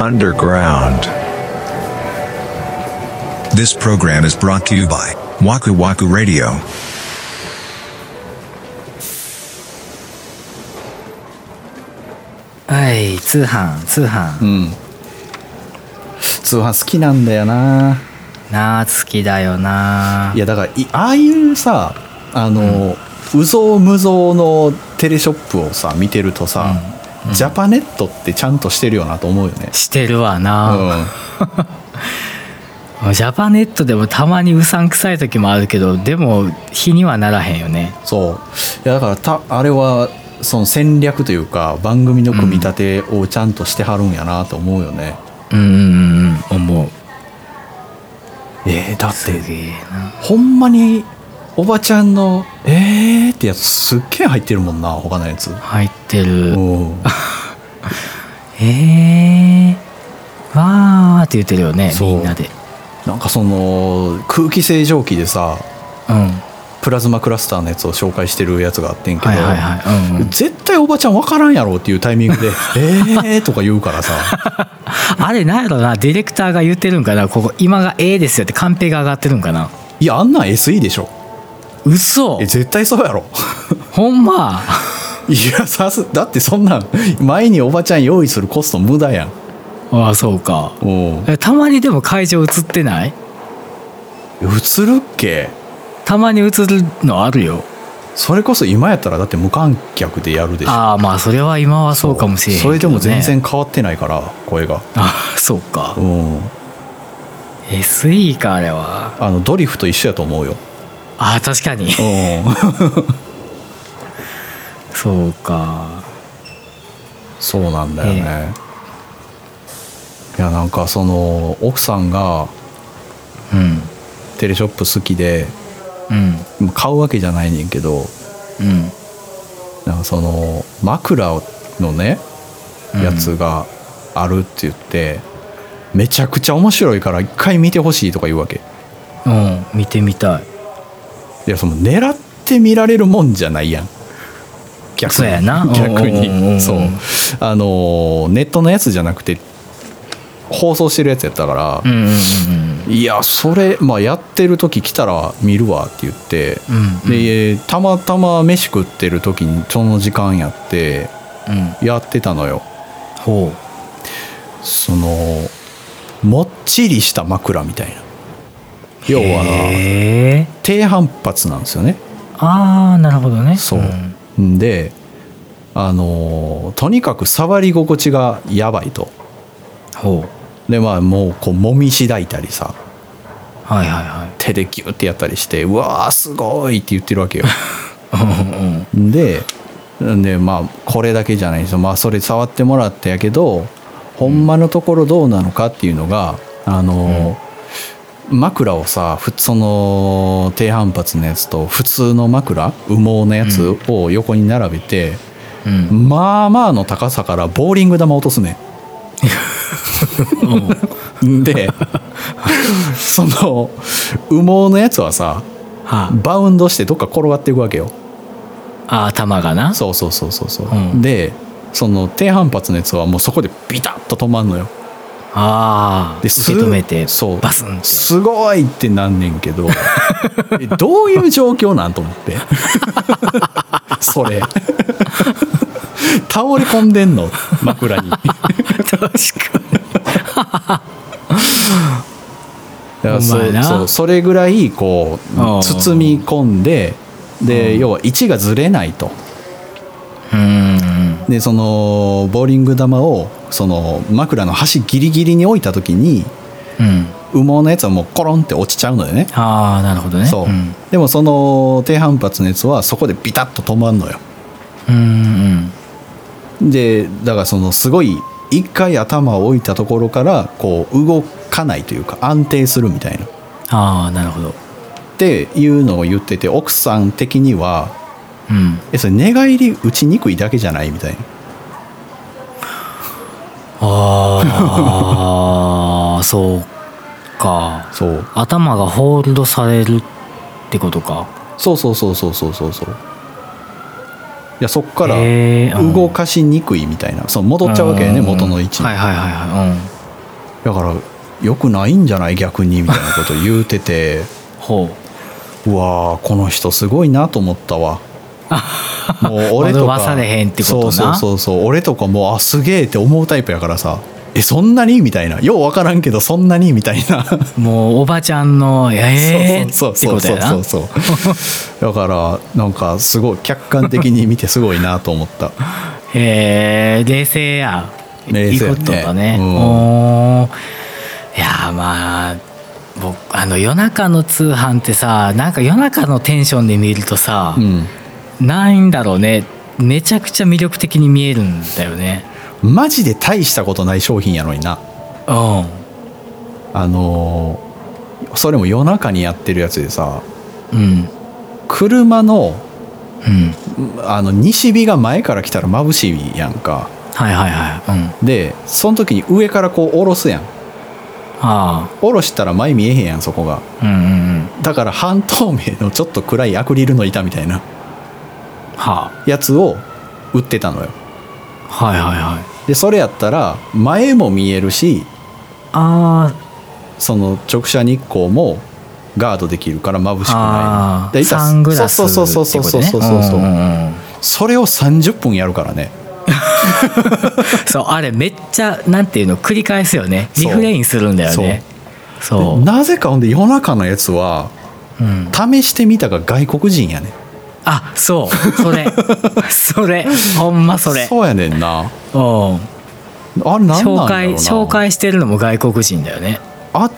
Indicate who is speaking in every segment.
Speaker 1: underground.
Speaker 2: This program is brought to you by Waku Waku Radio.
Speaker 3: はい通販通販
Speaker 4: うん。通販好きなんだよな
Speaker 3: なあ好きだよない
Speaker 4: やだからいああいうさあの、有造無造のテレショップをさ見てるとさ、ジャパネットってちゃんとしてるよなと思うよね
Speaker 3: してるわ
Speaker 4: う
Speaker 3: な、
Speaker 4: ん
Speaker 3: ジャパネットでもたまにうさんくさい時もあるけどでも日にはならへんよね
Speaker 4: そういやだからたあれはその戦略というか番組の組み立てをちゃんとしてはるんやなと思うよね、
Speaker 3: うんうんうんうん思う
Speaker 4: えーだっ
Speaker 3: す
Speaker 4: て
Speaker 3: げえな
Speaker 4: ほんまにおばちゃんの「えー」ってやつすっげえ入ってるもんな他のやつ
Speaker 3: 入ってる
Speaker 4: うん
Speaker 3: えー、わーって言ってるよね
Speaker 4: そう
Speaker 3: みんなで
Speaker 4: なんかその空気清浄機でさ
Speaker 3: うんは
Speaker 4: プラズマクラスターのやつを紹介してるやつがあってんけど、
Speaker 3: いはいはい、うんうん、
Speaker 4: 絶対おばちゃん分からんやろっていうタイミング で「えー」とか言うからさ
Speaker 3: あれなんやろなディレクターが言ってるんかなここ今がええですよってカンペが上がってるんかない
Speaker 4: やあんなん SE でしょ
Speaker 3: 嘘
Speaker 4: え絶対そうやろ
Speaker 3: ほんま
Speaker 4: いやさすだってそんなん前におばちゃん用意するコスト無駄やん
Speaker 3: ああそうか
Speaker 4: おう
Speaker 3: えたまにでも会場映ってない
Speaker 4: 映るっけ
Speaker 3: たまに映るのあるよ
Speaker 4: それこそ今やったらだって無観客でやるでしょ
Speaker 3: ああまあそれは今はそうかもしれへんけ
Speaker 4: そ
Speaker 3: ど、
Speaker 4: れ
Speaker 3: ね、
Speaker 4: でも全然変わってないから声が
Speaker 3: あそうか
Speaker 4: うん
Speaker 3: SE かあれは
Speaker 4: あのドリフと一緒やと思 うよ
Speaker 3: ああ確かに
Speaker 4: うん
Speaker 3: そうか
Speaker 4: そうなんだよね、いやなんかその奥さんが
Speaker 3: うん
Speaker 4: テレショップ好きで
Speaker 3: うん
Speaker 4: 買うわけじゃないねんけど
Speaker 3: うん
Speaker 4: なんかその枕のね
Speaker 3: うん
Speaker 4: やつがあるって言って、めちゃくちゃ面白いから一回見てほしいとか言うわけ
Speaker 3: うん見てみたい
Speaker 4: いやその狙って見られるもんじゃないやん逆に
Speaker 3: そうやな
Speaker 4: 逆
Speaker 3: うんうんうんう
Speaker 4: に
Speaker 3: ん
Speaker 4: そうあのーネットのやつじゃなくて放送してるやつやったから
Speaker 3: う、んうんうん
Speaker 4: いやそれ、まあ、やってる時来たら見るわって言って、
Speaker 3: うんうん
Speaker 4: でたまたま飯食ってる時にその時間やって
Speaker 3: うんうん
Speaker 4: やってたのよ
Speaker 3: ほ
Speaker 4: そのもっちりした枕みたいな
Speaker 3: う
Speaker 4: 要は
Speaker 3: へえ
Speaker 4: 低反発なんですよね
Speaker 3: ああなるほどね
Speaker 4: そう
Speaker 3: うん、
Speaker 4: ん、であのーとにかく触り心地がやばいと
Speaker 3: ほう
Speaker 4: でまあもうこう揉みしだいたりさ
Speaker 3: はいはいはい
Speaker 4: 手でギュってやったりしてうわーすごいって言ってるわけよ
Speaker 3: うんうん
Speaker 4: ででまあこれだけじゃないですよまあそれ触ってもらったやけどほんまのところどうなのかっていうのがあのー枕をさふその低反発のやつと普通の枕羽毛のやつを横に並べて、
Speaker 3: うん
Speaker 4: まあまあの高さからボーリング玉落とすねんでその羽毛のやつはさ
Speaker 3: は
Speaker 4: バウンドしてどっか転がっていくわけよ
Speaker 3: あ頭がな
Speaker 4: そうそうそうそうそう、
Speaker 3: うん
Speaker 4: でその低反発のやつはもうそこでビタッと止まんのよ
Speaker 3: ああ受
Speaker 4: です
Speaker 3: け止めて
Speaker 4: そう
Speaker 3: バスンって
Speaker 4: すごいってなんねんけ どえどういう状況なんと思って それ倒れ込んでんの枕に
Speaker 3: 確か
Speaker 4: だから
Speaker 3: ほんま
Speaker 4: そ
Speaker 3: や
Speaker 4: う
Speaker 3: な
Speaker 4: そうそれぐらいこう
Speaker 3: うん
Speaker 4: 包み込んでで要は位置がずれないと
Speaker 3: にうん
Speaker 4: でそのボーリング球をその枕の端ギリギリに置いた時に
Speaker 3: うん
Speaker 4: 羽毛のやつはもうコロンって落ちちゃうのよね
Speaker 3: ああなるほどね
Speaker 4: そう、
Speaker 3: うん
Speaker 4: でもその低反発のやつはそこでビタッと止まんのよ
Speaker 3: うん
Speaker 4: でだからそのすごい一回頭を置いたところからこう動かないというか安定するみたいな
Speaker 3: ああなるほど
Speaker 4: っていうのを言ってて奥さん的には
Speaker 3: うん
Speaker 4: えそれ寝返り打ちにくいだけじゃないみたいな
Speaker 3: ああ そうか
Speaker 4: そう
Speaker 3: 頭がホールドされるってことか
Speaker 4: そうそうそうそうそうそうそうやそっから
Speaker 3: へーうん
Speaker 4: 動かしにくいみたいなその戻っちゃうわけやね
Speaker 3: ん
Speaker 4: 元の位置に、
Speaker 3: はいはいはいはいうん
Speaker 4: だから良くないんじゃない逆にみたいなこと言うてて
Speaker 3: ほう
Speaker 4: うわーこの人すごいなと思ったわ もう俺
Speaker 3: 惑
Speaker 4: とか
Speaker 3: わされへんってことな
Speaker 4: そうそうそうそう俺とかもうあすげえって思うタイプやからさえそんなにみたいなよう分からんけどそんなにみたいな
Speaker 3: もうおばちゃんの「ええー」
Speaker 4: そう
Speaker 3: って
Speaker 4: そ
Speaker 3: こ
Speaker 4: う
Speaker 3: と
Speaker 4: そ
Speaker 3: や
Speaker 4: う
Speaker 3: な
Speaker 4: そうそうそうだからなんかすごい客観的に見てすごいなと思った
Speaker 3: へえ冷静や
Speaker 4: 冷静やね
Speaker 3: いいことだね、
Speaker 4: うん
Speaker 3: おーいやーまあ僕あの夜中の通販ってさなんか夜中のテンションで見るとさ、
Speaker 4: うん
Speaker 3: ないんだろうねめちゃくちゃ魅力的に見えるんだよね
Speaker 4: マジで大したことない商品やのにな
Speaker 3: うん
Speaker 4: あのーそれも夜中にやってるやつでさ
Speaker 3: うん
Speaker 4: 車の
Speaker 3: うん
Speaker 4: あの西日が前から来たら眩しいやんか
Speaker 3: はいはいはいうん
Speaker 4: でその時に上からこう下ろすやん
Speaker 3: あ
Speaker 4: 下ろしたら前見えへんやんそこが
Speaker 3: あうんうんうん
Speaker 4: だから半透明のちょっと暗いアクリルの板みたいな
Speaker 3: は
Speaker 4: やつを売ってたのよ
Speaker 3: あはいはいはい
Speaker 4: でそれやったら前も見えるし
Speaker 3: あ
Speaker 4: その直射日光もガードできるから眩しく
Speaker 3: あ
Speaker 4: ない
Speaker 3: ー
Speaker 4: で板
Speaker 3: サングラス
Speaker 4: そうそうそうそうそうそうそう
Speaker 3: ってことねんんん
Speaker 4: それを30分やるからね
Speaker 3: そうあれめっちゃなんていうの繰り返すよね
Speaker 4: そう
Speaker 3: リフレインするんだよねそう
Speaker 4: でなぜかほんで夜中のやつは
Speaker 3: うん、
Speaker 4: 試してみたが外国人やね
Speaker 3: あそうそ れそれほんまそれ
Speaker 4: そうやねんな
Speaker 3: うん
Speaker 4: あれなんなんだろうな
Speaker 3: 紹介紹介してるのも外国人だよね
Speaker 4: あっ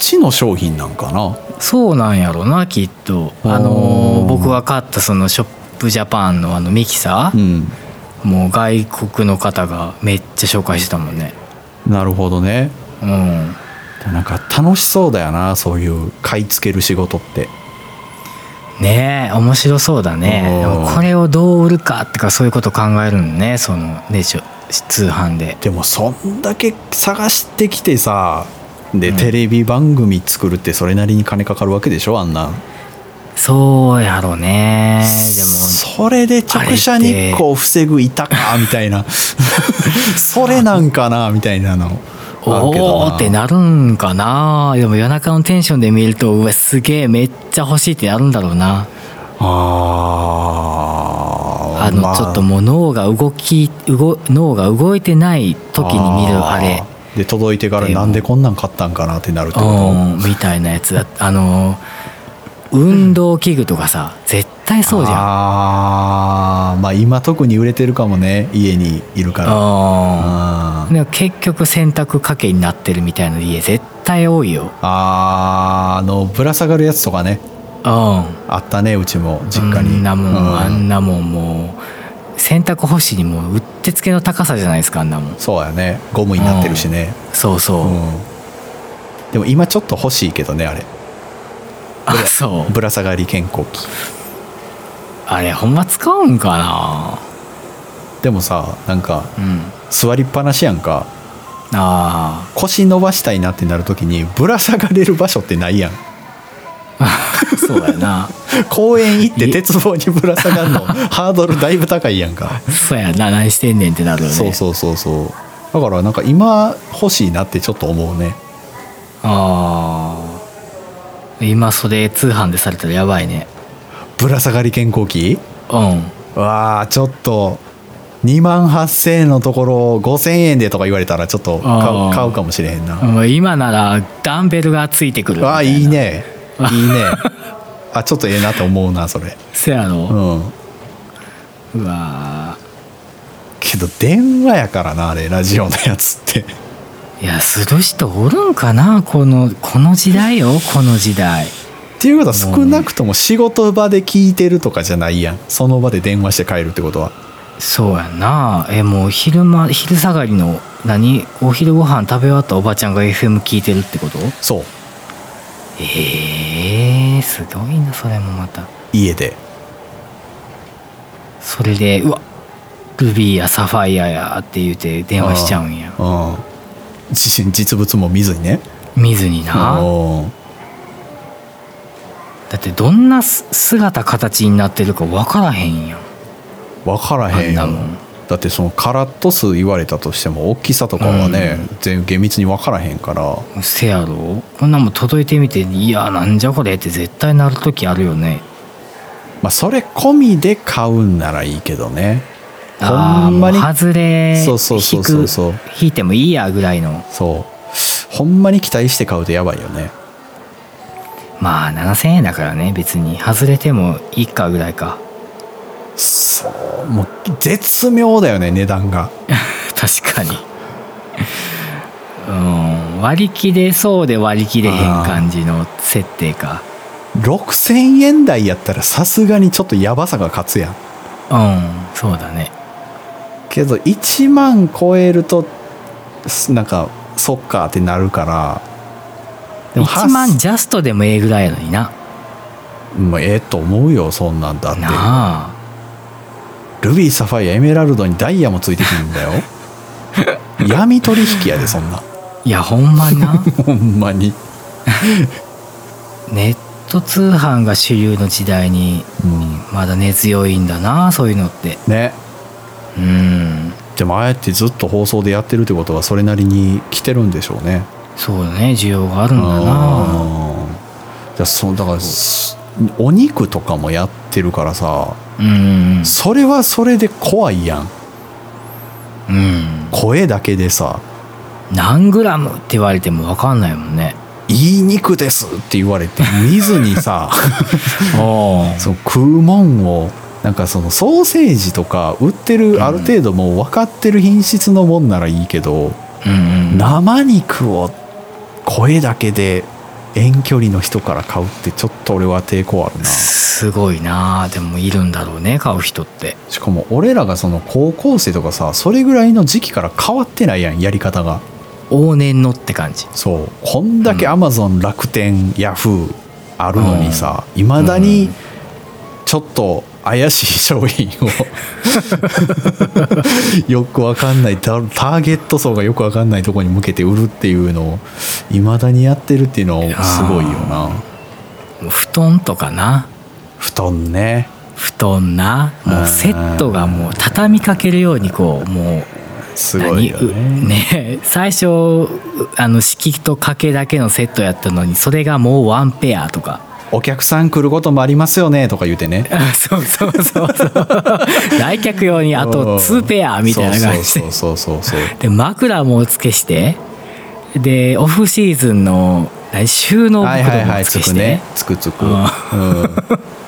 Speaker 4: ちの商品なんかな
Speaker 3: そうなんやろなきっとあ
Speaker 4: おー
Speaker 3: の僕が買ったそのショップジャパンのあのミキサ
Speaker 4: う
Speaker 3: ー、
Speaker 4: ん
Speaker 3: もう外国の方がめっちゃ紹介してたもんね
Speaker 4: なるほどね
Speaker 3: うん
Speaker 4: なんか楽しそうだよなそういう買い付ける仕事って
Speaker 3: ねえ面白そうだねで
Speaker 4: うん
Speaker 3: もこれをどう売るかってかそういうこと考えるのねそのねしょ通販で
Speaker 4: でもそんだけ探してきてさで、テレビ番組作るってそれなりに金かかるわけでしょあんな
Speaker 3: そうやろねでも
Speaker 4: それで直射日光を防ぐ板かみた いなそれなんかなみたいなのあるけど
Speaker 3: おおーってなるんかなでも夜中のテンションで見るとうわすげえめっちゃ欲しいってなるんだろうな
Speaker 4: あー
Speaker 3: あの、
Speaker 4: ま
Speaker 3: ちょっともう脳が動き動脳が動いてない時に見るあれ
Speaker 4: ーで届いてから
Speaker 3: でも
Speaker 4: なんでこんなん買ったんかなってなるってこと
Speaker 3: うんみたいなやつだあの運動器具とかさ絶対そうじゃん
Speaker 4: あーまあ今特に売れてるかもね家にいるか
Speaker 3: う
Speaker 4: ら
Speaker 3: ん
Speaker 4: あ
Speaker 3: でも結局洗濯かけになってるみたいな家絶対多いよ
Speaker 4: あーあのぶら下がるやつとかね
Speaker 3: うん
Speaker 4: あったねうちも実家に
Speaker 3: あんなもん、
Speaker 4: う
Speaker 3: あんなもんもう洗濯干しにもううってつけの高さじゃないですかあんなもん
Speaker 4: そうやねゴムになってるしね、
Speaker 3: そうそう、
Speaker 4: うんでも今ちょっと欲しいけどねあれ
Speaker 3: あそう
Speaker 4: ぶら下がり健康器
Speaker 3: あれほんま使うんか
Speaker 4: でもさなんか
Speaker 3: なうん
Speaker 4: 座りっぱなしやんか
Speaker 3: あ
Speaker 4: 腰伸ばしたいなってなるときにぶら下がれる場所って ないやん
Speaker 3: あそうやな
Speaker 4: 公園行って鉄棒にぶら下 がるのハードルだいぶ高いやんか
Speaker 3: そうやな何してんねんってなるよね
Speaker 4: そうそうそうそうだからなんか今欲しいなってちょっと思うね
Speaker 3: ああ今それ通販でされたらやばいね
Speaker 4: ぶら下がり健康器
Speaker 3: うん
Speaker 4: わあちょっと2万8000円のところ5000円でとか言われたらちょっと買
Speaker 3: あ
Speaker 4: う
Speaker 3: ー
Speaker 4: 買うかもしれへんな
Speaker 3: もう今ならダンベルがついてくるみ
Speaker 4: わ
Speaker 3: た
Speaker 4: あ
Speaker 3: いない
Speaker 4: いねいいねあちょっとええなと思うなそれ
Speaker 3: せやろ、
Speaker 4: うん
Speaker 3: うわ
Speaker 4: けど電話やからなあれラジオのやつって
Speaker 3: ーいやする人おるんかなこのこの時代よこの時代
Speaker 4: っていうことは少なくとも仕事場で聞いてるとかじゃないやんその場で電話して帰るってことは
Speaker 3: そうやなえもう昼間昼下がりの何お昼ご飯食べ終わったおばちゃんが FM 聞いてるってこと
Speaker 4: そう
Speaker 3: えー、すごいなそれもまた
Speaker 4: 家で
Speaker 3: それでうわルビーやサファイアやって言うて電話しちゃうんや
Speaker 4: うん実実物も見ずにね
Speaker 3: 見ずにな
Speaker 4: うん
Speaker 3: だってどんなす姿形になってるか分からへんやん
Speaker 4: 分からへんよ
Speaker 3: あんなもん
Speaker 4: だってそのカラット数言われたとしても大きさとかはね、全厳密に分からへんから
Speaker 3: せやろこんなんも届いてみていやなんじゃこれって絶対なる時あるよね
Speaker 4: まあそれ込みで買うんならいいけどね
Speaker 3: あ
Speaker 4: ほ
Speaker 3: あ
Speaker 4: んまに
Speaker 3: もう外れ
Speaker 4: そうそうそうそうそう
Speaker 3: 引く引いてもいいやぐらいの
Speaker 4: そうほんまに期待して買うとやばいよね
Speaker 3: まあ7000円だからね別に外れてもいいかぐらいか
Speaker 4: そうもう絶妙だよね値段が
Speaker 3: 確かにうん割り切れそうで割り切れへん感じの設定か
Speaker 4: 6000円台やったらさすがにちょっとやばさが勝つやん
Speaker 3: うんそうだね
Speaker 4: けど1万超えるとすなんかそっかってなるからでも
Speaker 3: 1万
Speaker 4: はっ
Speaker 3: ジャストでもええぐらいやのにな
Speaker 4: まあええと思うよそんなんだって
Speaker 3: なあ
Speaker 4: ルビーサファイアエメラルドにダイヤもついてくるんだよ 闇取引やでそんない
Speaker 3: やほんまにな
Speaker 4: ほんまに
Speaker 3: ネット通販が主流の時代に
Speaker 4: うん
Speaker 3: まだ根強いんだなそういうのって
Speaker 4: ね
Speaker 3: うん
Speaker 4: でもああやってずっと放送でやってるってことはそれなりに来てるんでしょうね
Speaker 3: そうだね需要があるんだな
Speaker 4: あーじゃあそのだからすお肉とかもやってるからさ
Speaker 3: うん
Speaker 4: それはそれで怖いやん
Speaker 3: うん
Speaker 4: 声だけでさ
Speaker 3: 何グラムって言われても分かんないもんね
Speaker 4: 「いい肉です」って言われて見ずに さ
Speaker 3: お
Speaker 4: その食うもんをなんかそのソーセージとか売ってるある程度もう分かってる品質のもんならいいけど、
Speaker 3: うんうん
Speaker 4: 生肉を声だけで遠距離の人から買うってちょっと俺は抵抗あるな
Speaker 3: すごいなでもいるんだろうね買う人って
Speaker 4: しかも俺らがその高校生とかさそれぐらいの時期から変わってないやんやり方が
Speaker 3: 往年のって感じ
Speaker 4: そうこんだけアマゾン楽天ヤフーあるのにさいまだにちょっと怪しい商品 をよくわかんないタターゲット層がよくわかんないとこに向けて売るっていうのをいまだにやってるっていうのはすごいよな
Speaker 3: 布団とかな
Speaker 4: 布団ね
Speaker 3: 布団なもうセットがもう畳みかけるようにこうもう
Speaker 4: すごいよ
Speaker 3: 何う
Speaker 4: ね
Speaker 3: ね 最初うあの敷きと掛けだけのセットやったのにそれがもうワンペアとか
Speaker 4: お客さん来ることもありますよねとか言うてね
Speaker 3: あそうそうそうそう来客用にあと2ペアみたいな感じで
Speaker 4: そうそうそうそうそう
Speaker 3: で枕もお付けしてでオフシーズンの何収納
Speaker 4: はいはい
Speaker 3: 袋も
Speaker 4: は
Speaker 3: お
Speaker 4: いつ
Speaker 3: 付け
Speaker 4: く
Speaker 3: してね、
Speaker 4: ねつくつく、
Speaker 3: う
Speaker 4: うんん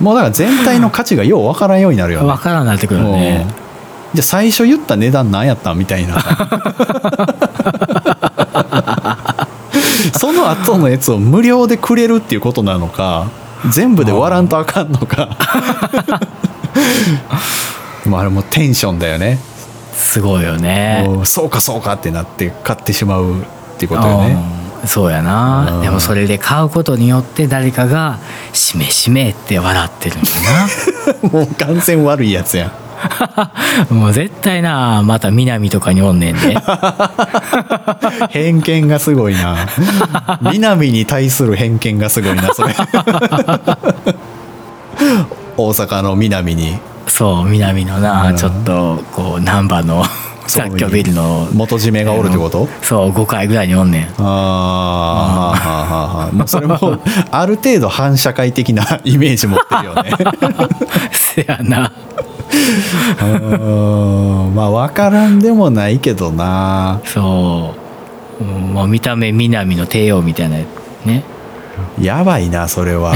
Speaker 4: もうだから全体の価値がようわからんようになるよね
Speaker 3: 分からんなってくる
Speaker 4: うん
Speaker 3: ね
Speaker 4: じゃあ最初言った値段何やったんみたい なその後のやつを無料でくれるっていうことなのか全部で割らんとあかんの かまああれもテンションだよね
Speaker 3: すごいよね
Speaker 4: もうそうかそうかってなって買ってしまうっていうことよね
Speaker 3: うんそうや
Speaker 4: う
Speaker 3: なんでもそれで買うことによって誰かが「しめしめ」って笑ってるんだ
Speaker 4: もう完全悪いやつやん
Speaker 3: なもう絶対なまた南とかにおんねん で
Speaker 4: 偏見がすごいな南に対する偏見がすごいなそ れ大阪の南に
Speaker 3: そう南のな
Speaker 4: うん
Speaker 3: ちょっとこう難波の雑居ビルの
Speaker 4: 元締めがおるってこと
Speaker 3: そう5階ぐらいにおんねん
Speaker 4: あーはあはあはあ もうそれもある程度反社会的なイメージ持ってるよね
Speaker 3: せやな
Speaker 4: うーんまあ分からんでもないけどな
Speaker 3: そううんもう見た目南の帝王みたいなね
Speaker 4: やばいなそれは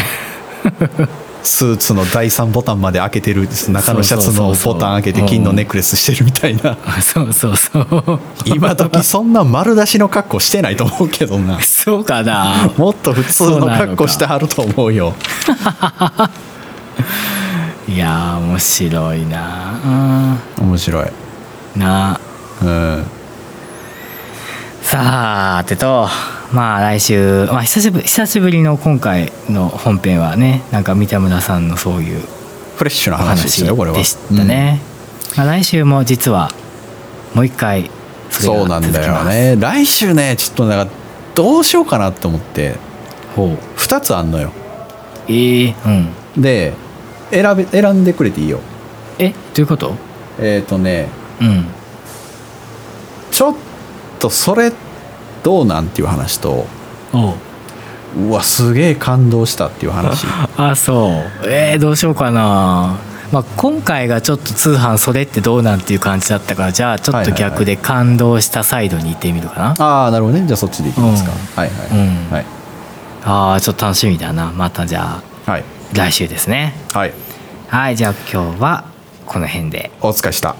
Speaker 4: スーツの第3ボタンまで開けてる中のシャツのボタン開けて金のネックレスしてるみたいな
Speaker 3: あそうそうそう
Speaker 4: 今時そんな丸出しの格好してないと思うけ どな
Speaker 3: そうかな
Speaker 4: もっと普通の格好してはると思うよ
Speaker 3: いやー面白いな
Speaker 4: 面白い
Speaker 3: うんなあ
Speaker 4: うん
Speaker 3: さあてとまあ来週、まあ、久しぶり久しぶりの今回の本編はねなんか三田村さんのそういう
Speaker 4: フレッシュな
Speaker 3: お
Speaker 4: 話で
Speaker 3: 話
Speaker 4: したよこれは
Speaker 3: でしたね、まあ、来週も実はもう一回
Speaker 4: うん
Speaker 3: それ
Speaker 4: そう
Speaker 3: が
Speaker 4: なん
Speaker 3: 続きます
Speaker 4: だよね来週ねちょっとなんかどうしようかなって思って
Speaker 3: ほう
Speaker 4: 2つあんのよ
Speaker 3: えー、うん
Speaker 4: で選べ選んでくれていいよ
Speaker 3: えどういうこと
Speaker 4: えっ、とね
Speaker 3: うん
Speaker 4: ちょっとそれどうなんっていう話と
Speaker 3: おう
Speaker 4: うわすげえ感動したってい う話
Speaker 3: あそうえー、どうしようかな、まあ、今回がちょっと通販それってどうなんっていう感じだったからじゃあちょっと逆で感動したサイドに行ってみるかな、
Speaker 4: ああなるほどねじゃあそっちでいきますか、
Speaker 3: うん
Speaker 4: はいはい、
Speaker 3: うん
Speaker 4: はい
Speaker 3: ああちょっと楽しみだなまたじゃあ
Speaker 4: はい
Speaker 3: 来週ですね
Speaker 4: はい
Speaker 3: はいじゃあ今日はこの辺で
Speaker 4: お疲れした